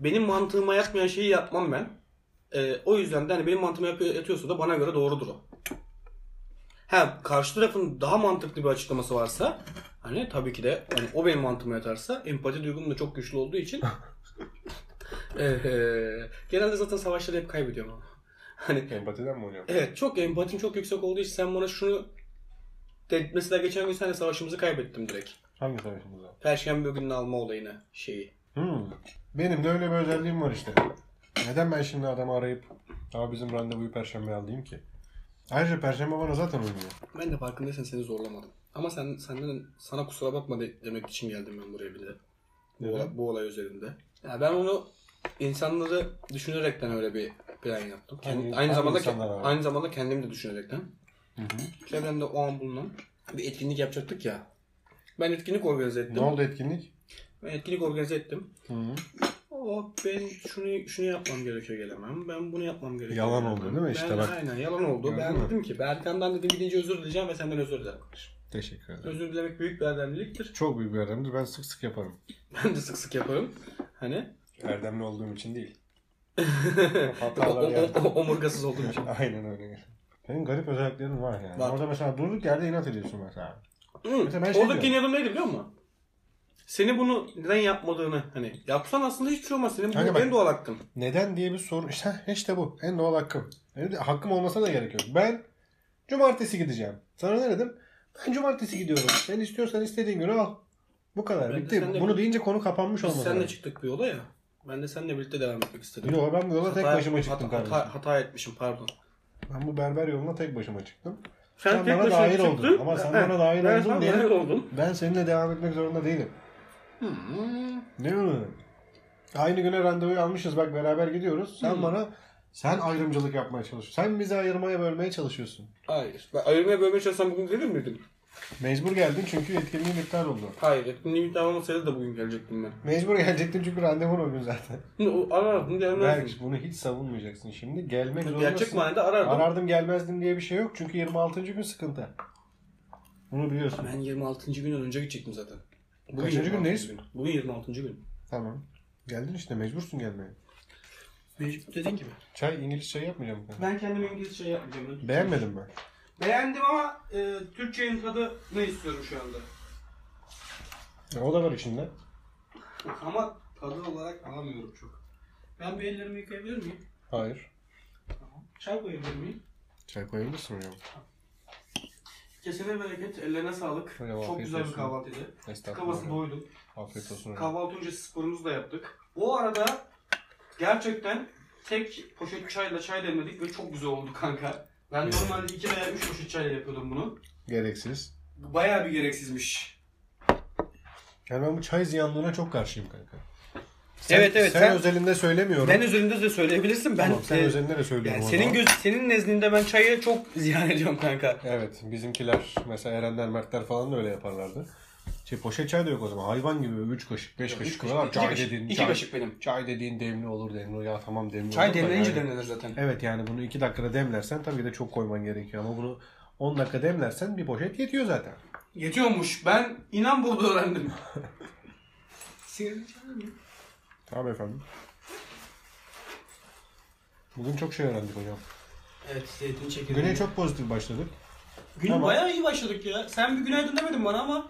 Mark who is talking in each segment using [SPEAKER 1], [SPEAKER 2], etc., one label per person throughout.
[SPEAKER 1] benim mantığıma yatmayan şeyi yapmam ben. Ee, o yüzden de hani benim mantığıma yap- yatıyorsa da bana göre doğrudur o. Ha karşı tarafın daha mantıklı bir açıklaması varsa hani tabii ki de hani o benim mantığıma yatarsa empati duygum da çok güçlü olduğu için ee, genelde zaten savaşları hep kaybediyorum ama. Hani
[SPEAKER 2] Empatiden mi oynuyor?
[SPEAKER 1] Evet çok empatim çok yüksek olduğu için sen bana şunu de, mesela geçen gün senle savaşımızı kaybettim direkt.
[SPEAKER 2] Hangi savaşımıza?
[SPEAKER 1] Perşembe gününü alma olayını şeyi.
[SPEAKER 2] Hmm. Benim de öyle bir özelliğim var işte. Neden ben şimdi adamı arayıp abi bizim randevuyu perşembe alayım ki? Ayrıca perşembe bana zaten uymuyor.
[SPEAKER 1] Ben de farkındaysan seni zorlamadım. Ama sen senden sana kusura bakma de- demek için geldim ben buraya bir de. Bu,
[SPEAKER 2] Neden?
[SPEAKER 1] olay, bu olay üzerinde. Ya ben onu insanları düşünerekten öyle bir plan yaptım. Kend-
[SPEAKER 2] Hangi-
[SPEAKER 1] aynı
[SPEAKER 2] hangi
[SPEAKER 1] zamanda
[SPEAKER 2] insanlar abi?
[SPEAKER 1] aynı zamanda kendim de düşünerekten.
[SPEAKER 2] Hı hı.
[SPEAKER 1] Çevremde o an bulunan bir etkinlik yapacaktık ya. Ben etkinlik organize ettim.
[SPEAKER 2] Ne oldu etkinlik?
[SPEAKER 1] Ben etkinlik organize ettim.
[SPEAKER 2] Hı hı.
[SPEAKER 1] O ben şunu şunu yapmam gerekiyor gelemem. Ben bunu yapmam gerekiyor.
[SPEAKER 2] Yalan
[SPEAKER 1] gelemem.
[SPEAKER 2] oldu değil mi? İşte
[SPEAKER 1] ben,
[SPEAKER 2] bak.
[SPEAKER 1] Aynen yalan oldu.
[SPEAKER 2] Gördün
[SPEAKER 1] ben
[SPEAKER 2] mü?
[SPEAKER 1] dedim ki Berkan'dan dedim gidince özür dileyeceğim ve senden özür dilerim.
[SPEAKER 2] Teşekkür ederim.
[SPEAKER 1] Özür dilemek büyük bir erdemliliktir.
[SPEAKER 2] Çok büyük bir erdemdir. Ben sık sık yaparım.
[SPEAKER 1] Ben de sık sık yaparım. Hani
[SPEAKER 2] Erdemli olduğum için değil.
[SPEAKER 1] o, o,
[SPEAKER 2] Hatalar yani.
[SPEAKER 1] o, o- omurgasız olduğum için.
[SPEAKER 2] Aynen öyle. Senin garip özelliklerin var yani.
[SPEAKER 1] Var.
[SPEAKER 2] Orada mesela durduk yerde inat ediyorsun mesela.
[SPEAKER 1] Hı.
[SPEAKER 2] Mesela ben şey
[SPEAKER 1] Oradaki
[SPEAKER 2] diyorum.
[SPEAKER 1] yanım neydi biliyor musun? Seni bunu neden yapmadığını hani yapsan aslında hiçbir şey olmaz. Senin
[SPEAKER 2] Kanka
[SPEAKER 1] bu
[SPEAKER 2] bak- şey
[SPEAKER 1] en doğal hakkın.
[SPEAKER 2] Neden diye bir soru. İşte, heh, işte bu. En doğal hakkım. Yani de- hakkım olmasa da gerek yok. Ben cumartesi gideceğim. Sana ne dedim? Ben cumartesi gidiyorum. Sen istiyorsan istediğin günü al. Bu kadar.
[SPEAKER 1] Ben de
[SPEAKER 2] Bitti.
[SPEAKER 1] seninle-
[SPEAKER 2] Bunu deyince konu kapanmış
[SPEAKER 1] Biz
[SPEAKER 2] olmadı.
[SPEAKER 1] seninle çıktık bir yola ya. Ben de seninle birlikte devam etmek istedim.
[SPEAKER 2] Yo, ben bu yola tek
[SPEAKER 1] Hata-
[SPEAKER 2] başıma çıktım
[SPEAKER 1] hata,
[SPEAKER 2] kardeşim.
[SPEAKER 1] hata, hata etmişim pardon.
[SPEAKER 2] Ben bu berber yoluna tek başıma çıktım.
[SPEAKER 1] Sen,
[SPEAKER 2] Sen
[SPEAKER 1] tek
[SPEAKER 2] bana
[SPEAKER 1] başına
[SPEAKER 2] dahil
[SPEAKER 1] çıktın.
[SPEAKER 2] oldun. Ama sen bana dahil
[SPEAKER 1] ben
[SPEAKER 2] oldun
[SPEAKER 1] sana
[SPEAKER 2] diye-
[SPEAKER 1] dahil oldum.
[SPEAKER 2] Ben seninle devam etmek zorunda değilim.
[SPEAKER 1] Hmm.
[SPEAKER 2] Ne öyle? Aynı güne randevuyu almışız bak beraber gidiyoruz. Sen
[SPEAKER 1] Hı.
[SPEAKER 2] bana sen ayrımcılık yapmaya çalışıyorsun. Sen bizi ayırmaya bölmeye çalışıyorsun.
[SPEAKER 1] Hayır. Ben ayırmaya bölmeye çalışsam bugün gelir miydim?
[SPEAKER 2] Mecbur geldin çünkü etkinliğin iptal oldu.
[SPEAKER 1] Hayır. Etkinliğim iptal olmasaydı da bugün gelecektim ben.
[SPEAKER 2] Mecbur gelecektin çünkü randevun o gün zaten.
[SPEAKER 1] Şimdi o arardım gelmezdim.
[SPEAKER 2] Berk bunu hiç savunmayacaksın şimdi. Gelmek zorundasın.
[SPEAKER 1] Gerçek manada arardım.
[SPEAKER 2] Arardım gelmezdim diye bir şey yok çünkü 26. gün sıkıntı. Bunu biliyorsun.
[SPEAKER 1] Ben 26. gün önce gidecektim zaten.
[SPEAKER 2] Kaçıncı
[SPEAKER 1] 26.
[SPEAKER 2] gündeyiz?
[SPEAKER 1] gün. Bugün 26. gün.
[SPEAKER 2] Tamam. Geldin işte mecbursun gelmeye.
[SPEAKER 1] Mecbur dediğin gibi.
[SPEAKER 2] Çay İngiliz çayı yapmayacağım. Ben.
[SPEAKER 1] Ben kendim İngilizce şey yapmayacağım.
[SPEAKER 2] Beğenmedin mi?
[SPEAKER 1] Beğendim ama e, Türkçe'nin tadını istiyorum şu anda.
[SPEAKER 2] Ya, E, O da var içinde.
[SPEAKER 1] Ama tadı olarak alamıyorum çok. Ben bir ellerimi yıkayabilir miyim?
[SPEAKER 2] Hayır.
[SPEAKER 1] Tamam. Çay koyabilir miyim?
[SPEAKER 2] Çay koyabilirsin hocam.
[SPEAKER 1] Kesene bereket, ellerine sağlık.
[SPEAKER 2] Eyvallah,
[SPEAKER 1] Çok güzel bir
[SPEAKER 2] afiyet olsun.
[SPEAKER 1] kahvaltıydı. Kafası
[SPEAKER 2] Estağfurullah.
[SPEAKER 1] doydum.
[SPEAKER 2] Afiyet olsun hocam.
[SPEAKER 1] Kahvaltı öncesi sporumuzu da yaptık. O arada gerçekten tek poşet çayla çay demledik ve çok güzel oldu kanka. Ben
[SPEAKER 2] Evet.
[SPEAKER 1] normalde 2 veya 3 poşet çayla yapıyordum bunu.
[SPEAKER 2] Gereksiz.
[SPEAKER 1] Bu bayağı bir gereksizmiş.
[SPEAKER 2] Yani ben bu çay ziyanlığına çok karşıyım kanka.
[SPEAKER 1] Evet, evet,
[SPEAKER 2] Sen,
[SPEAKER 1] sen-
[SPEAKER 2] özelinde söylemiyorum.
[SPEAKER 1] Ben üzerinde de söyleyebilirsin. Ben
[SPEAKER 2] tamam, sen
[SPEAKER 1] e,
[SPEAKER 2] özelinde de söylüyorum.
[SPEAKER 1] yani
[SPEAKER 2] o
[SPEAKER 1] senin
[SPEAKER 2] zaman.
[SPEAKER 1] göz, senin nezdinde ben çaya çok ziyan ediyorum kanka.
[SPEAKER 2] Evet bizimkiler mesela Erenler Mertler falan da öyle yaparlardı. Şey poşet çay da yok o zaman. Hayvan gibi 3 kaşık 5 kaşık kadar
[SPEAKER 1] iki
[SPEAKER 2] çay
[SPEAKER 1] kaşık,
[SPEAKER 2] dediğin.
[SPEAKER 1] iki
[SPEAKER 2] çay,
[SPEAKER 1] kaşık benim.
[SPEAKER 2] Çay dediğin demli olur demli. Ya tamam demli
[SPEAKER 1] Çay
[SPEAKER 2] olur da
[SPEAKER 1] demlenince
[SPEAKER 2] yani-
[SPEAKER 1] demlenir zaten.
[SPEAKER 2] Evet yani bunu 2 dakikada demlersen tabii ki de çok koyman gerekiyor. Ama bunu 10 dakika demlersen bir poşet yetiyor zaten.
[SPEAKER 1] Yetiyormuş. Ben inan burada öğrendim. Sigaranı içer miyim?
[SPEAKER 2] Tamam efendim. Bugün çok şey öğrendik hocam.
[SPEAKER 1] Evet, zeytin çekirdeği.
[SPEAKER 2] Güne çok pozitif başladık.
[SPEAKER 1] Gün
[SPEAKER 2] Tamam.
[SPEAKER 1] bayağı iyi başladık ya. Sen bir günaydın demedin bana ama.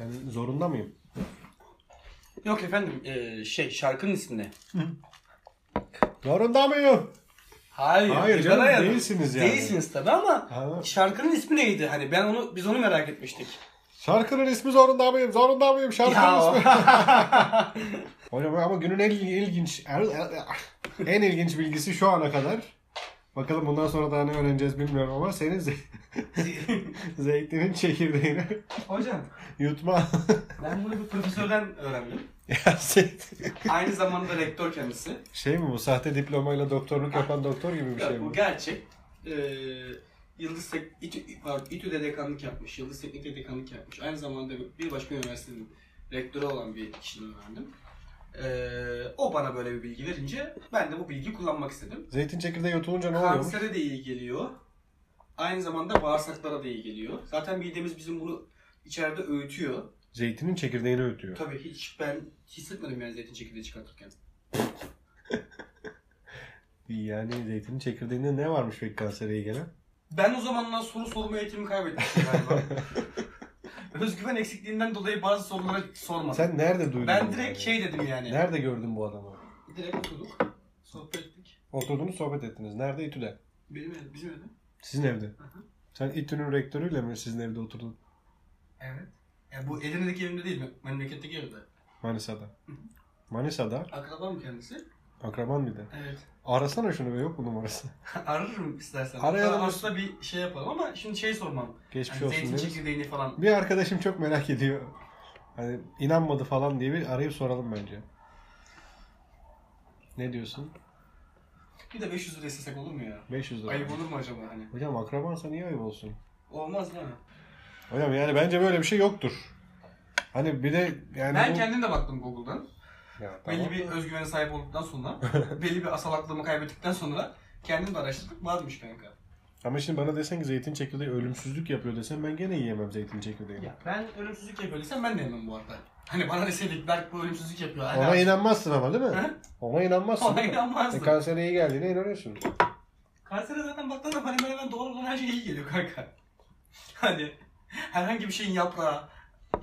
[SPEAKER 2] Yani zorunda mıyım?
[SPEAKER 1] Yok efendim, eee, şey şarkının ismi ne?
[SPEAKER 2] Zorunda mıyım?
[SPEAKER 1] Hayır,
[SPEAKER 2] Hayır
[SPEAKER 1] Tekrar
[SPEAKER 2] canım,
[SPEAKER 1] ayarladım.
[SPEAKER 2] değilsiniz yani.
[SPEAKER 1] Değilsiniz tabii ama
[SPEAKER 2] Ha.
[SPEAKER 1] şarkının ismi neydi? Hani ben onu biz onu merak etmiştik.
[SPEAKER 2] Şarkının ismi zorunda mıyım? Zorunda mıyım? Şarkının ismi.
[SPEAKER 1] Ya.
[SPEAKER 2] Hocam ama günün en ilginç en ilginç bilgisi şu ana kadar. Bakalım bundan sonra daha ne öğreneceğiz bilmiyorum ama senin ze- zeytinin çekirdeğini
[SPEAKER 1] Hocam
[SPEAKER 2] yutma.
[SPEAKER 1] ben bunu bir profesörden öğrendim.
[SPEAKER 2] Ya zeytin-
[SPEAKER 1] Aynı zamanda rektör kendisi.
[SPEAKER 2] şey mi bu sahte diplomayla doktorluk yapan doktor gibi bir
[SPEAKER 1] Ya
[SPEAKER 2] şey
[SPEAKER 1] bu
[SPEAKER 2] mi?
[SPEAKER 1] gerçek. Ee, Yıldız Tek İTÜ, pardon, İTÜ'de dekanlık yapmış. Yıldız Teknik'te dekanlık yapmış. Aynı zamanda bir başka üniversitenin rektörü olan bir kişinin öğrendim. Ee, o bana böyle bir bilgi verince ben de bu bilgiyi kullanmak istedim.
[SPEAKER 2] Zeytin çekirdeği yutulunca ne oluyor?
[SPEAKER 1] Kansere de iyi geliyor. Aynı zamanda bağırsaklara da iyi geliyor. Zaten midemiz bizim bunu içeride öğütüyor.
[SPEAKER 2] Zeytinin çekirdeğini ötüyor.
[SPEAKER 1] Tabii hiç ben hissetmedim yani zeytin çekirdeği çıkartırken.
[SPEAKER 2] Yani zeytinin çekirdeğinde ne varmış peki kansere iyi gelen?
[SPEAKER 1] Ben o zamanlar soru sorma eğitimimi kaybetmiştim galiba. Özgüven eksikliğinden dolayı bazı soruları sormadım.
[SPEAKER 2] Sen nerede duydun?
[SPEAKER 1] ben
[SPEAKER 2] bunu
[SPEAKER 1] direkt
[SPEAKER 2] yani?
[SPEAKER 1] şey dedim yani.
[SPEAKER 2] Nerede gördün bu adamı?
[SPEAKER 1] Direkt oturduk. Sohbet ettik.
[SPEAKER 2] Oturdunuz sohbet ettiniz. Nerede? İTÜ'de.
[SPEAKER 1] Benim evde, bizim evde.
[SPEAKER 2] Sizin evde.
[SPEAKER 1] hı.
[SPEAKER 2] Sen İTÜ'nün rektörüyle mi sizin evde oturdun?
[SPEAKER 1] Evet. Yani bu Edirne'deki evimde değil mi? Memleketteki evde.
[SPEAKER 2] Manisa'da.
[SPEAKER 1] Hı hı.
[SPEAKER 2] Manisa'da.
[SPEAKER 1] Akraba mı kendisi?
[SPEAKER 2] Akraban bir de.
[SPEAKER 1] Evet.
[SPEAKER 2] Arasana şunu be yok mu numarası?
[SPEAKER 1] Ararım istersen.
[SPEAKER 2] Arayalım.
[SPEAKER 1] Arayalım. Aslında bir şey yapalım ama şimdi şey sormam.
[SPEAKER 2] Geçmiş
[SPEAKER 1] Yani
[SPEAKER 2] şey olsun
[SPEAKER 1] zeytin
[SPEAKER 2] deriz.
[SPEAKER 1] çekirdeğini falan.
[SPEAKER 2] Bir arkadaşım çok merak ediyor. Hani inanmadı falan diye bir arayıp soralım bence. Ne diyorsun?
[SPEAKER 1] Bir de 500 lira istesek olur mu ya?
[SPEAKER 2] 500 lira.
[SPEAKER 1] Ayıp olur mu acaba hani?
[SPEAKER 2] Hocam akrabansa niye ayıp olsun?
[SPEAKER 1] Olmaz değil mi?
[SPEAKER 2] Hocam yani bence böyle bir şey yoktur. Hani bir de yani
[SPEAKER 1] ben
[SPEAKER 2] bu...
[SPEAKER 1] kendim de baktım Google'dan.
[SPEAKER 2] Ya, tamam.
[SPEAKER 1] Belli bir özgüvene sahip olduktan sonra, belli bir asalaklığımı kaybettikten sonra kendim de araştırdık varmış kanka.
[SPEAKER 2] Ama şimdi bana desen ki zeytin çekirdeği ölümsüzlük yapıyor desen ben gene yiyemem zeytin çekirdeğini.
[SPEAKER 1] Ya ben ölümsüzlük yapıyorsam ben de yemem bu arada. Hani bana deseydik Berk bu ölümsüzlük yapıyor. Hani
[SPEAKER 2] Ona inanmazsın ama değil mi?
[SPEAKER 1] Hı?
[SPEAKER 2] Ona inanmazsın.
[SPEAKER 1] Ona
[SPEAKER 2] değil mi?
[SPEAKER 1] inanmazdım.
[SPEAKER 2] E, kansere iyi geldiğine inanıyorsun.
[SPEAKER 1] Kansere zaten baktığında bana hemen hemen doğru olan her şey iyi geliyor kanka. Hani herhangi bir şeyin yaprağı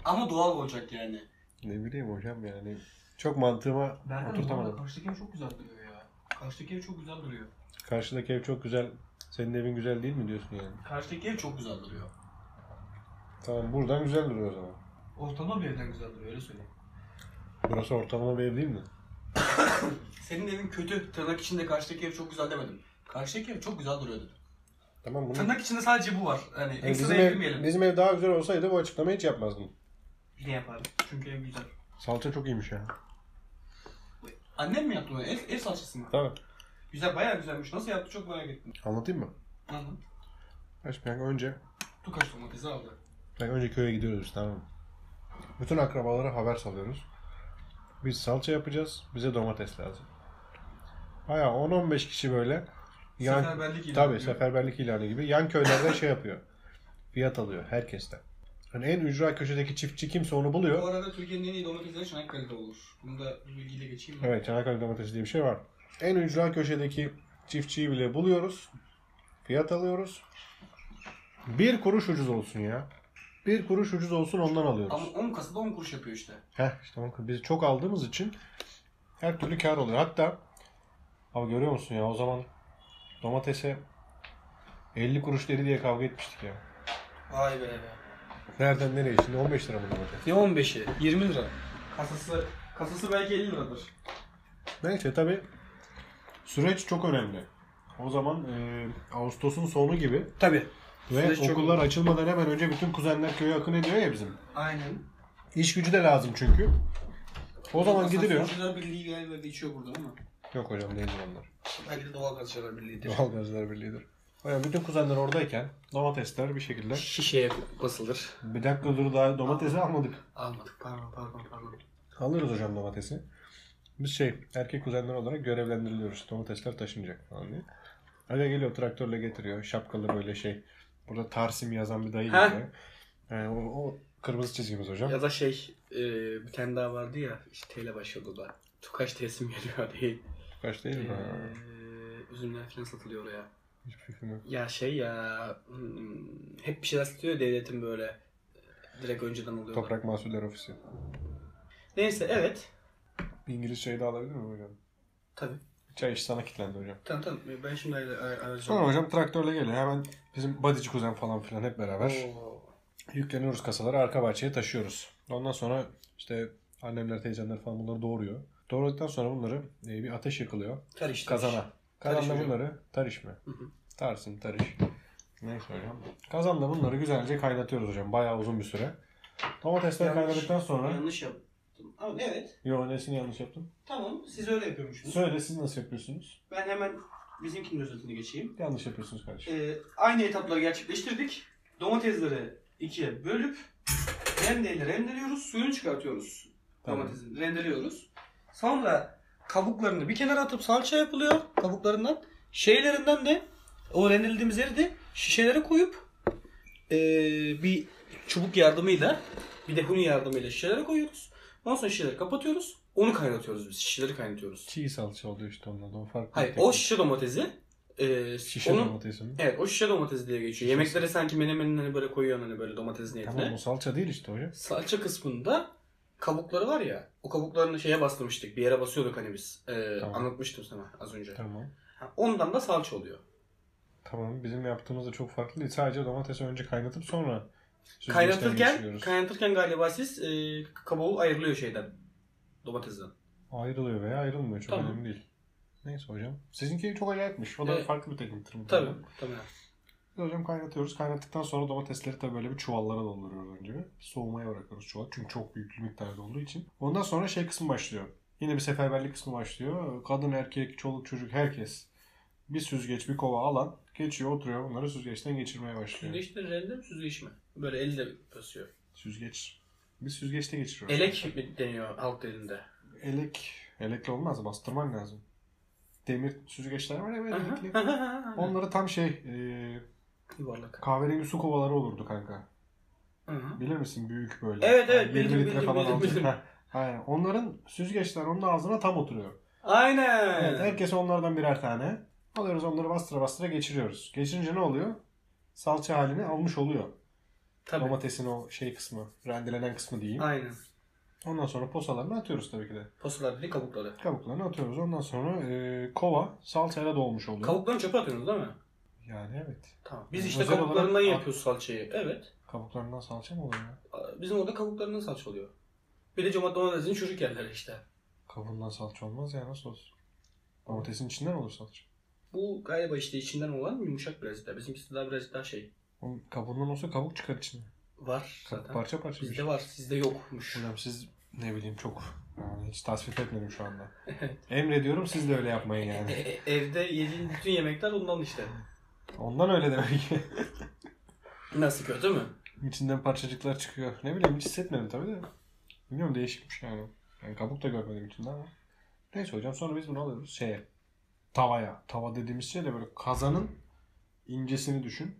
[SPEAKER 1] ama doğal olacak yani.
[SPEAKER 2] Ne bileyim hocam yani. Çok mantığıma oturtamadım.
[SPEAKER 1] karşıdaki ev çok güzel duruyor ya. Karşıdaki ev çok güzel duruyor.
[SPEAKER 2] Karşıdaki ev çok güzel. Senin evin güzel değil mi diyorsun yani?
[SPEAKER 1] Karşıdaki ev çok güzel duruyor.
[SPEAKER 2] Tamam buradan güzel duruyor o zaman.
[SPEAKER 1] Ortalama bir evden güzel duruyor öyle söyleyeyim.
[SPEAKER 2] Burası ortalama bir ev değil mi?
[SPEAKER 1] Senin evin kötü tırnak içinde karşıdaki ev çok güzel demedim. Karşıdaki ev çok güzel duruyor dedim.
[SPEAKER 2] Tamam bunu...
[SPEAKER 1] Tırnak içinde sadece bu var. Hani
[SPEAKER 2] Yani
[SPEAKER 1] ekstra
[SPEAKER 2] E, bizim,
[SPEAKER 1] eklemeyelim.
[SPEAKER 2] ev, bizim ev daha güzel olsaydı bu açıklamayı hiç yapmazdım.
[SPEAKER 1] Yine yaparım. Çünkü ev güzel.
[SPEAKER 2] Salça çok iyiymiş ya.
[SPEAKER 1] Annem mi yaptı onu? Ev, ev salçası mı?
[SPEAKER 2] Tamam.
[SPEAKER 1] Güzel, bayağı güzelmiş. Nasıl yaptı çok merak ettim.
[SPEAKER 2] Anlatayım mı?
[SPEAKER 1] Anladım.
[SPEAKER 2] Başka önce
[SPEAKER 1] Tukaç domatesi aldı.
[SPEAKER 2] Yani önce köye gidiyoruz biz, tamam mı? Bütün akrabalara haber salıyoruz. Biz salça yapacağız. Bize domates lazım. Bayağı 10-15 kişi böyle yan,
[SPEAKER 1] Seferberlik ilanı
[SPEAKER 2] tabii,
[SPEAKER 1] diyor.
[SPEAKER 2] seferberlik ilanı gibi yan köylerden şey yapıyor. Fiyat alıyor herkesten. Hani en ücra köşedeki çiftçi kimse onu
[SPEAKER 1] Bu
[SPEAKER 2] buluyor.
[SPEAKER 1] arada Türkiye'nin en iyi domatesleri Çanakkale'de olur. Bunu da bir bilgiyle geçeyim. mi?
[SPEAKER 2] Evet Çanakkale domatesi diye bir şey var. En ücra köşedeki çiftçiyi bile buluyoruz. Fiyat alıyoruz. Bir kuruş ucuz olsun ya. Bir kuruş ucuz olsun ondan alıyoruz.
[SPEAKER 1] Ama 10 kasada 10 kuruş yapıyor işte.
[SPEAKER 2] Heh işte onu- biz çok aldığımız için her türlü kar oluyor. Hatta abi görüyor musun ya o zaman domatese 50 kuruş deri diye kavga etmiştik ya.
[SPEAKER 1] Vay be be.
[SPEAKER 2] Nereden nereye şimdi 15 lira mı domates?
[SPEAKER 1] Ne 15'i? 20 lira. Kasası kasası belki 50 liradır.
[SPEAKER 2] Neyse tabi süreç çok önemli. O zaman e, Ağustos'un sonu gibi
[SPEAKER 1] Tabi.
[SPEAKER 2] ve
[SPEAKER 1] Süreç çok
[SPEAKER 2] okullar açılmadan hemen önce bütün kuzenler köye akın ediyor ya bizim.
[SPEAKER 1] Aynen.
[SPEAKER 2] İş gücü de lazım çünkü. O zaman gidiliyor.
[SPEAKER 1] Kasapçılar Birliği galiba geçiyor burada ama.
[SPEAKER 2] Yok hocam değil onlar.
[SPEAKER 1] Belki de Doğal Kasapçılar Birliği'dir.
[SPEAKER 2] Doğalgazlar Birliği'dir. Hocam bütün kuzenler oradayken domatesler bir şekilde
[SPEAKER 1] Şişeye basılır.
[SPEAKER 2] Bir dakika dur daha domatesi almadık.
[SPEAKER 1] Almadık. Pardon pardon pardon.
[SPEAKER 2] Alırız hocam domatesi. Biz şey erkek kuzenler olarak görevlendiriliyoruz. Domatesler taşınacak falan diye. Aga geliyor traktörle getiriyor. Şapkalı böyle şey. Burada Tarsim yazan bir dayı
[SPEAKER 1] Ha?
[SPEAKER 2] geliyor. Yani o, o kırmızı çizgimiz hocam.
[SPEAKER 1] Ya da şey e, bir tane daha vardı ya işte T ile başlıyordu da. Tukaç T'sim geliyor değil.
[SPEAKER 2] Kaç değil mi?
[SPEAKER 1] Ee,
[SPEAKER 2] Ha,
[SPEAKER 1] üzümler falan satılıyor oraya.
[SPEAKER 2] Hiçbir fikrim yok.
[SPEAKER 1] Ya şey ya hmm, hep bir şeyler satıyor devletin böyle. e, Direkt önceden alıyorlar.
[SPEAKER 2] Toprak Mahsuller Ofisi.
[SPEAKER 1] Neyse evet.
[SPEAKER 2] Bir İngiliz şey de alabilir mi hocam?
[SPEAKER 1] Tabii.
[SPEAKER 2] Çay iş sana kilitlendi hocam.
[SPEAKER 1] Tamam tamam ben şimdi ay- ay- ayarlayacağım.
[SPEAKER 2] Sonra hocam traktörle geliyor. Hemen bizim badici kuzen falan filan hep beraber.
[SPEAKER 1] Oo.
[SPEAKER 2] Yükleniyoruz kasaları arka bahçeye taşıyoruz. Ondan sonra işte annemler teyzemler falan bunları doğuruyor. Doğradıktan sonra bunları e, bir ateş yakılıyor.
[SPEAKER 1] Karıştı.
[SPEAKER 2] Kazana. Kazanda
[SPEAKER 1] hocam.
[SPEAKER 2] bunları tarış mı?
[SPEAKER 1] Hı hı.
[SPEAKER 2] Tarsim tarış. Neyse hocam. Kazanda bunları güzelce kaynatıyoruz hocam. Bayağı uzun bir süre. Domatesler
[SPEAKER 1] Yanlış-
[SPEAKER 2] kaynadıktan sonra...
[SPEAKER 1] Yanlış yaptım. Ama evet.
[SPEAKER 2] Yo nesini yanlış yaptım?
[SPEAKER 1] Tamam siz öyle yapıyormuşsunuz.
[SPEAKER 2] Söyle siz nasıl yapıyorsunuz?
[SPEAKER 1] Ben hemen bizimkinin özetini geçeyim.
[SPEAKER 2] Yanlış yapıyorsunuz kardeşim.
[SPEAKER 1] Ee, aynı etapları gerçekleştirdik. Domatesleri ikiye bölüp rendeyle rendeliyoruz. Suyunu çıkartıyoruz.
[SPEAKER 2] Tamam.
[SPEAKER 1] Domatesi rendeliyoruz. Sonra kabuklarını bir kenara atıp salça yapılıyor kabuklarından. Şeylerinden de o rendelediğimiz yeri de şişelere koyup ee, bir çubuk yardımıyla bir de huni yardımıyla şişelere koyuyoruz. Ondan sonra şişeleri kapatıyoruz. Onu kaynatıyoruz biz. Şişeleri kaynatıyoruz.
[SPEAKER 2] Çiğ salça oluyor işte onunla da o farklı.
[SPEAKER 1] Hayır
[SPEAKER 2] bir
[SPEAKER 1] o
[SPEAKER 2] teknik.
[SPEAKER 1] şişe domatesi e,
[SPEAKER 2] şişe
[SPEAKER 1] onun-
[SPEAKER 2] domatesi mi?
[SPEAKER 1] Evet o şişe domatesi diye geçiyor.
[SPEAKER 2] Şişe.
[SPEAKER 1] Yemeklere sanki menemenin hani böyle koyuyorsun hani böyle domates niyetine.
[SPEAKER 2] Tamam o salça değil işte hocam.
[SPEAKER 1] Salça kısmında kabukları var ya. O kabuklarını şeye bastırmıştık. Bir yere basıyorduk hani biz. E,
[SPEAKER 2] Tamam.
[SPEAKER 1] Anlatmıştım sana az önce.
[SPEAKER 2] Tamam.
[SPEAKER 1] Ha, Ondan da salça oluyor.
[SPEAKER 2] Tamam bizim yaptığımız da çok farklı değil. Sadece domatesi önce kaynatıp sonra süzgeçten
[SPEAKER 1] Kaynatırken,
[SPEAKER 2] geçiriyoruz.
[SPEAKER 1] kaynatırken galiba siz e, kabuğu ayrılıyor şeyden. Domatesden.
[SPEAKER 2] Ayrılıyor veya ayrılmıyor çok
[SPEAKER 1] Tamam.
[SPEAKER 2] önemli değil. Neyse hocam. Sizinki çok acayipmiş. O da
[SPEAKER 1] Evet.
[SPEAKER 2] farklı bir tekniktir.
[SPEAKER 1] Tabii.
[SPEAKER 2] muhtemelen.
[SPEAKER 1] Tabii.
[SPEAKER 2] Biz hocam kaynatıyoruz. Kaynattıktan sonra domatesleri tabii böyle bir çuvallara dolduruyoruz önce. bir. Soğumaya bırakıyoruz çuval. Çünkü çok büyük bir miktarda olduğu için. Ondan sonra şey kısmı başlıyor. Yine bir seferberlik kısmı başlıyor. Kadın, erkek, çoluk, çocuk herkes bir süzgeç, bir kova alan geçiyor, oturuyor. Bunları süzgeçten geçirmeye başlıyor.
[SPEAKER 1] Süzgeçte rende mi süzgeç mi? Böyle elle basıyor.
[SPEAKER 2] Süzgeç. Biz süzgeçte geçiriyoruz.
[SPEAKER 1] Elek mi deniyor halk dilinde?
[SPEAKER 2] Elek. Elekle olmaz. Bastırman lazım. Demir süzgeçler var ya böyle elekli.
[SPEAKER 1] Onlar
[SPEAKER 2] Onları tam şey e,
[SPEAKER 1] yuvarlak.
[SPEAKER 2] kahverengi su kovaları olurdu kanka.
[SPEAKER 1] Hı hı.
[SPEAKER 2] Bilir misin? Büyük böyle.
[SPEAKER 1] Evet, evet,
[SPEAKER 2] Yani
[SPEAKER 1] bildim,
[SPEAKER 2] 20 litre
[SPEAKER 1] bildim,
[SPEAKER 2] falan
[SPEAKER 1] bildim,
[SPEAKER 2] altı.
[SPEAKER 1] bildim.
[SPEAKER 2] Heh, Aynen. Onların süzgeçler onun ağzına tam oturuyor.
[SPEAKER 1] Aynen.
[SPEAKER 2] Evet. Herkes onlardan birer tane. Alıyoruz onları bastıra bastıra geçiriyoruz. Geçirince ne oluyor? Salça halini almış oluyor.
[SPEAKER 1] Tabii.
[SPEAKER 2] Domatesin o şey kısmı, rendelenen kısmı diyeyim.
[SPEAKER 1] Aynen.
[SPEAKER 2] Ondan sonra posalarını atıyoruz tabii ki de.
[SPEAKER 1] Posalar değil kabukları.
[SPEAKER 2] Kabuklarını atıyoruz. Ondan sonra e, kova salçayla dolmuş oluyor.
[SPEAKER 1] Kabuklarını çöpe atıyorsunuz değil mi?
[SPEAKER 2] Yani evet.
[SPEAKER 1] Tamam. Biz
[SPEAKER 2] Yani
[SPEAKER 1] işte
[SPEAKER 2] özel
[SPEAKER 1] kabuklarından
[SPEAKER 2] olarak-
[SPEAKER 1] yapıyoruz salçayı. Evet.
[SPEAKER 2] Kabuklarından salça mı oluyor ya?
[SPEAKER 1] Aa, Bizim orada kabuklarından salça oluyor. Bir de cuma domatesin çocuk yerleri işte.
[SPEAKER 2] Kabuğundan salça olmaz ya nasıl olur? Domatesin içinden olur salça.
[SPEAKER 1] Bu galiba işte içinden olan yumuşak birazcık daha. Bizimkisi daha birazcık daha şey.
[SPEAKER 2] Oğlum kabuğundan olsa kabuk çıkar içinden.
[SPEAKER 1] Var
[SPEAKER 2] Kabuk
[SPEAKER 1] zaten.
[SPEAKER 2] parça parça. bir şey.
[SPEAKER 1] Bizde var. Sizde yokmuş.
[SPEAKER 2] Hocam siz ne bileyim çok yani hiç tasvip etmedim şu anda. Emrediyorum siz de öyle yapmayın
[SPEAKER 1] E-
[SPEAKER 2] yani.
[SPEAKER 1] e- evde yediğin bütün yemekler ondan işte.
[SPEAKER 2] Ondan öyle demek ki.
[SPEAKER 1] Nasıl kötü mü?
[SPEAKER 2] İçinden parçacıklar çıkıyor. Ne bileyim hiç hissetmedim tabii de. Bilmiyorum değişikmiş yani. Yani kabuk da görmedim içinde ama. Neyse hocam sonra biz bunu alıyoruz şeye. Tavaya. Tava dediğimiz şey de böyle kazanın incesini düşün.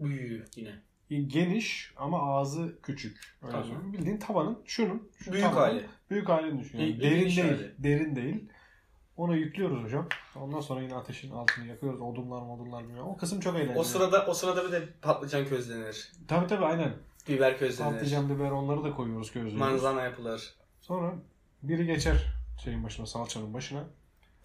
[SPEAKER 1] Büyüğü yine.
[SPEAKER 2] E, Geniş ama ağzı küçük. Öyle
[SPEAKER 1] Tamam.
[SPEAKER 2] söyleyeyim. Bildiğin tavanın şunun. şu
[SPEAKER 1] Büyük
[SPEAKER 2] tavanın
[SPEAKER 1] hali.
[SPEAKER 2] Büyük halini düşün. Yani
[SPEAKER 1] Büyük-
[SPEAKER 2] derin
[SPEAKER 1] geniş
[SPEAKER 2] değil.
[SPEAKER 1] hali.
[SPEAKER 2] Derin değil. Onu yüklüyoruz hocam. Ondan sonra yine ateşin altını yakıyoruz. Odunlar modunlar bilmiyorum. O kısım çok eğlenceli.
[SPEAKER 1] O sırada o sırada bir de patlıcan közlenir.
[SPEAKER 2] Tabii tabii aynen.
[SPEAKER 1] Biber közlenir.
[SPEAKER 2] Patlıcan biber onları da koyuyoruz közlüyoruz.
[SPEAKER 1] Manzana yapılır.
[SPEAKER 2] Sonra biri geçer şeyin başına salçanın başına.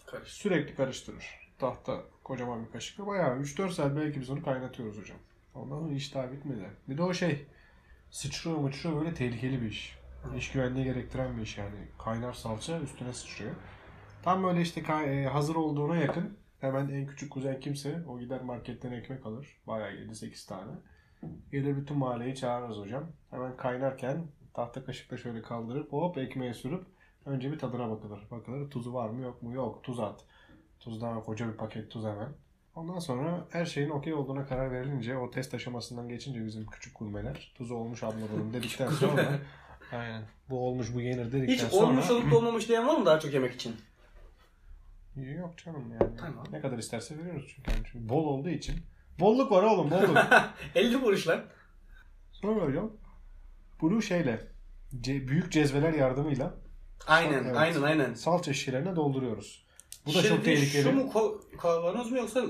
[SPEAKER 1] Karıştır.
[SPEAKER 2] Sürekli karıştırır. Tahta kocaman bir kaşıkla bayağı 3-4 saat belki biz onu kaynatıyoruz hocam. Ondan sonra iş daha bitmedi. Bir de o şey sıçrıyor mıçrıyor böyle tehlikeli bir iş. İş güvenliği gerektiren bir iş yani. Kaynar salça üstüne sıçrıyor. Tam böyle işte kay- e, hazır olduğuna yakın hemen en küçük kuzen kimse o gider marketten ekmek alır. Bayağı 7-8 tane. Gelir bütün mahalleyi çağırırız hocam. Hemen kaynarken tahta kaşıkla şöyle kaldırıp hop ekmeğe sürüp önce bir tadına bakılır. Bakılır tuzu var mı yok mu yok tuz at. Tuzdan koca bir paket tuz hemen. Ondan sonra her şeyin okey olduğuna karar verilince o test aşamasından geçince bizim küçük gurmeler tuzu olmuş abla bunun dedikten sonra aynen bu olmuş bu yenir dedikten
[SPEAKER 1] Hiç
[SPEAKER 2] sonra
[SPEAKER 1] olmuş olup da olmamış diyen var mı daha çok yemek için?
[SPEAKER 2] Yok canım yani.
[SPEAKER 1] Tamam.
[SPEAKER 2] Ne kadar isterse veriyoruz çünkü. Yani çünkü bol olduğu için. Bolluk var oğlum bolluk.
[SPEAKER 1] 50 kuruş lan.
[SPEAKER 2] Sonra hocam bunu şeyle ce- büyük cezveler yardımıyla
[SPEAKER 1] Aynen,
[SPEAKER 2] Evet.
[SPEAKER 1] aynen, aynen.
[SPEAKER 2] salça şişelerine dolduruyoruz. Bu da
[SPEAKER 1] Şişe
[SPEAKER 2] çok
[SPEAKER 1] dediğin
[SPEAKER 2] tehlikeli.
[SPEAKER 1] Şu mu ko- kavanoz mu yoksa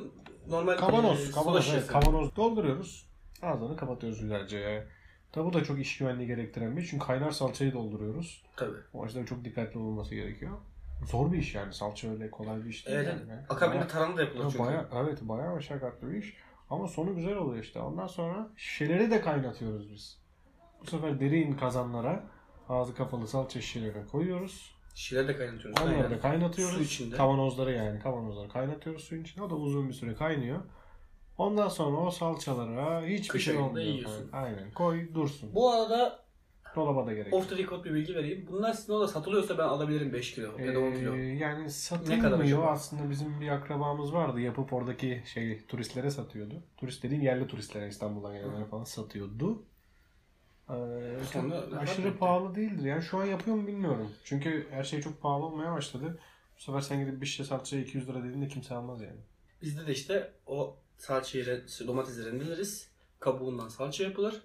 [SPEAKER 1] normal
[SPEAKER 2] Kavanoz,
[SPEAKER 1] e,
[SPEAKER 2] kavanoz,
[SPEAKER 1] soda
[SPEAKER 2] evet,
[SPEAKER 1] şişesi?
[SPEAKER 2] kavanoz dolduruyoruz. Ağzını kapatıyoruz güzelce. Tabi bu da çok iş güvenliği gerektiren bir iş. Çünkü kaynar salçayı dolduruyoruz.
[SPEAKER 1] Tabii.
[SPEAKER 2] O açıdan çok dikkatli olması gerekiyor. Zor bir iş yani. Salça öyle kolay bir iş değil.
[SPEAKER 1] Evet.
[SPEAKER 2] yani.
[SPEAKER 1] evet. Akabinde
[SPEAKER 2] Bayağı-
[SPEAKER 1] tarhana da yapılır
[SPEAKER 2] Ya
[SPEAKER 1] çünkü.
[SPEAKER 2] Baya, evet bayağı meşakkatli bir iş. Ama sonu güzel oluyor işte. Ondan sonra şişeleri de kaynatıyoruz biz. Bu sefer derin kazanlara ağzı kapalı salça şişelerine koyuyoruz.
[SPEAKER 1] Şişeleri de kaynatıyoruz.
[SPEAKER 2] Onları da
[SPEAKER 1] Aynen.
[SPEAKER 2] kaynatıyoruz.
[SPEAKER 1] Su içinde.
[SPEAKER 2] Kavanozları yani kavanozları kaynatıyoruz suyun içinde. O da uzun bir süre kaynıyor. Ondan sonra o salçalara hiçbir
[SPEAKER 1] Kış
[SPEAKER 2] şey
[SPEAKER 1] ayında
[SPEAKER 2] olmuyor.
[SPEAKER 1] yiyorsun.
[SPEAKER 2] Aynen. Koy dursun.
[SPEAKER 1] Bu arada
[SPEAKER 2] Dolaba da gerek yok.
[SPEAKER 1] off the record bir bilgi vereyim. Bunlar sizin orada satılıyorsa ben alabilirim 5 kilo ya da 10 kilo.
[SPEAKER 2] Ee, yani
[SPEAKER 1] Ne kadar
[SPEAKER 2] satılmıyor
[SPEAKER 1] acaba?
[SPEAKER 2] aslında bizim bir akrabamız vardı yapıp oradaki şey turistlere satıyordu. Turist dediğim yerli turistlere İstanbul'dan gelenlere falan satıyordu. Ee,
[SPEAKER 1] Sonra
[SPEAKER 2] çok
[SPEAKER 1] ne
[SPEAKER 2] aşırı
[SPEAKER 1] yaptı?
[SPEAKER 2] pahalı değildir. Yani şu an yapıyor mu bilmiyorum. Çünkü her şey çok pahalı olmaya başladı. Bu sefer sen gidip bir şişe salçaya 200 lira dediğinde kimse almaz yani.
[SPEAKER 1] Bizde de işte o salçayı, re- domatesi rendeleriz. Kabuğundan salça yapılır.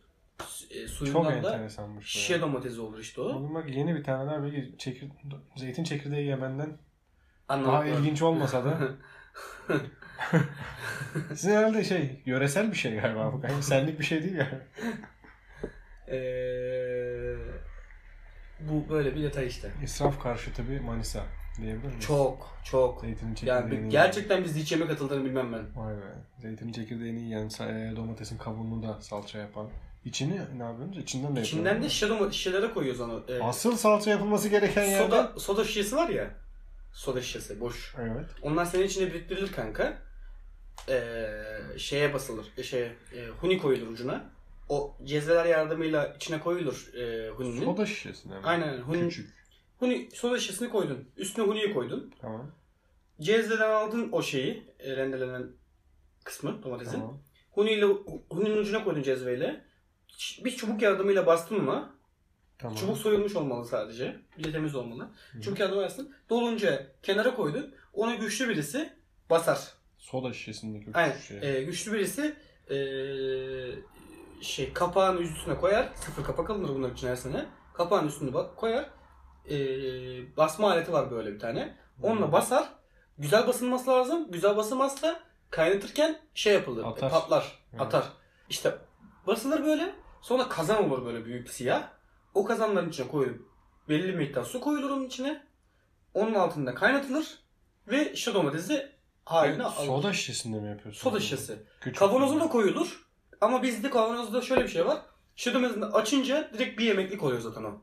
[SPEAKER 1] s- e,
[SPEAKER 2] Çok şey.
[SPEAKER 1] suyundan da
[SPEAKER 2] enteresanmış. bu ya.
[SPEAKER 1] şişe domatesi olur işte o.
[SPEAKER 2] Bugün bak yeni bir tane daha bilgi. Çekir, zeytin çekirdeği yemenden daha
[SPEAKER 1] Anlatmıyorum.
[SPEAKER 2] ilginç olmasa da. Sizin herhalde şey yöresel bir şey galiba bu. Yani senlik bir şey değil yani.
[SPEAKER 1] Eee, Ee, bu böyle bir detay işte.
[SPEAKER 2] İsraf karşıtı bir Manisa diyebilir miyiz?
[SPEAKER 1] Çok çok.
[SPEAKER 2] Zeytin çekirdeğini
[SPEAKER 1] Yani bir-
[SPEAKER 2] yiyen-
[SPEAKER 1] gerçekten biz hiç yemek atıldığını bilmem ben.
[SPEAKER 2] Vay be. Zeytin çekirdeğini yiyen, sa- e, domatesin kabuğunu da salça yapan. İçini ne yapıyorsunuz? İçinden de
[SPEAKER 1] İçinden de
[SPEAKER 2] yapıyorsunuz.
[SPEAKER 1] şişe doma- şişelere koyuyoruz onu. Ee,
[SPEAKER 2] Asıl salça yapılması gereken yerde.
[SPEAKER 1] soda, soda şişesi var ya. Soda şişesi boş.
[SPEAKER 2] Evet.
[SPEAKER 1] Onlar senin içinde biriktirilir kanka. Ee, şeye basılır. e, Şey, e, huni koyulur ucuna. O cezveler yardımıyla içine koyulur e, huninin.
[SPEAKER 2] Soda şişesine mi?
[SPEAKER 1] Aynen, hun-
[SPEAKER 2] Küçük.
[SPEAKER 1] Huni, soda şişesini koydun. Üstüne huniyi koydun.
[SPEAKER 2] Tamam.
[SPEAKER 1] Cezveden aldın o şeyi. e, rendelenen kısmı domatesin.
[SPEAKER 2] Tamam.
[SPEAKER 1] Huniyle, huninin ucuna koydun cezveyle. Ç- Bir çubuk yardımıyla bastın mı?
[SPEAKER 2] Tamam.
[SPEAKER 1] Çubuk soyulmuş olmalı sadece. Bir de temiz olmalı.
[SPEAKER 2] Hı.
[SPEAKER 1] Çubuk yardım arasın. Dolunca kenara koydun. Onu güçlü birisi basar.
[SPEAKER 2] Soda şişesindeki küçük
[SPEAKER 1] Aynen.
[SPEAKER 2] şey.
[SPEAKER 1] Ee, güçlü birisi ee, şey kapağın üstüne koyar. Sıfır kapak alınır bunların için her sene. Kapağın üstüne bak, koyar. Ee, basma aleti var böyle bir tane.
[SPEAKER 2] Hmm.
[SPEAKER 1] Onunla basar. Güzel basılması lazım. Güzel basılmazsa kaynatırken şey yapılır.
[SPEAKER 2] Atar.
[SPEAKER 1] e, Patlar.
[SPEAKER 2] Evet.
[SPEAKER 1] Atar. İşte basılır böyle. Sonra kazan olur böyle büyük bir siyah. O kazanların içine koyulup belli bir miktar su koyulur onun içine. Onun altında kaynatılır ve şu domatesi haline
[SPEAKER 2] Evet,
[SPEAKER 1] alır.
[SPEAKER 2] Soda şişesinde mi yapıyorsun?
[SPEAKER 1] Soda
[SPEAKER 2] bunu?
[SPEAKER 1] şişesi.
[SPEAKER 2] Küçük.
[SPEAKER 1] Kavanozuna koyulur. Ama bizde kavanozda şöyle bir şey var. Şu domatesini açınca direkt bir yemeklik oluyor zaten o.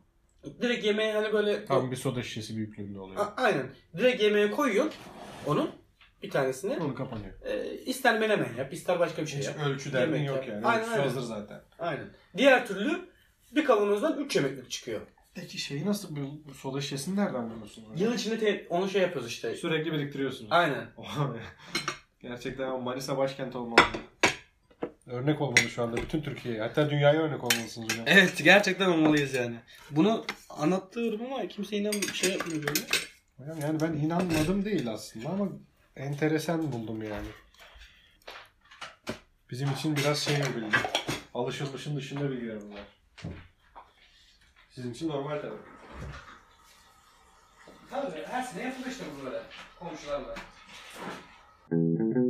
[SPEAKER 1] Direkt yemeğe hani böyle...
[SPEAKER 2] Tam bir soda şişesi büyüklüğünde oluyor.
[SPEAKER 1] A- aynen. Direkt yemeğe koyuyor onun bir tanesini.
[SPEAKER 2] Onu kapanıyor.
[SPEAKER 1] Ee, ister menemen yap, ister başka bir şey
[SPEAKER 3] Hiç
[SPEAKER 1] yap.
[SPEAKER 3] ölçü derdin
[SPEAKER 1] Yemek
[SPEAKER 3] yok
[SPEAKER 1] yap.
[SPEAKER 3] yani.
[SPEAKER 1] Aynen,
[SPEAKER 3] Ölçüsü
[SPEAKER 1] aynen.
[SPEAKER 3] hazır zaten.
[SPEAKER 1] Aynen. Diğer türlü bir kavanozdan 3 yemeklik çıkıyor.
[SPEAKER 2] Peki şeyi nasıl bu soda şişesini nereden buluyorsun?
[SPEAKER 1] Yıl içinde te- onu şey yapıyoruz işte.
[SPEAKER 3] Sürekli biriktiriyorsunuz.
[SPEAKER 1] Aynen.
[SPEAKER 3] Oha be. Gerçekten ama Manisa başkenti olmalı.
[SPEAKER 2] Örnek olmalı şu anda bütün Türkiye'ye. Hatta dünyaya örnek olmalısınız hocam.
[SPEAKER 1] Evet gerçekten olmalıyız yani. Bunu anlatıyorum ama kimse inan şey yapmıyor böyle.
[SPEAKER 2] Hocam yani ben inanmadım değil aslında ama enteresan buldum yani. Bizim için biraz şey bir bilgi.
[SPEAKER 3] Alışılmışın dışında bilgiler bunlar. Sizin için normal tabii.
[SPEAKER 1] Tabii her sene yapılmıştır bunlara komşularla.
[SPEAKER 4] Thank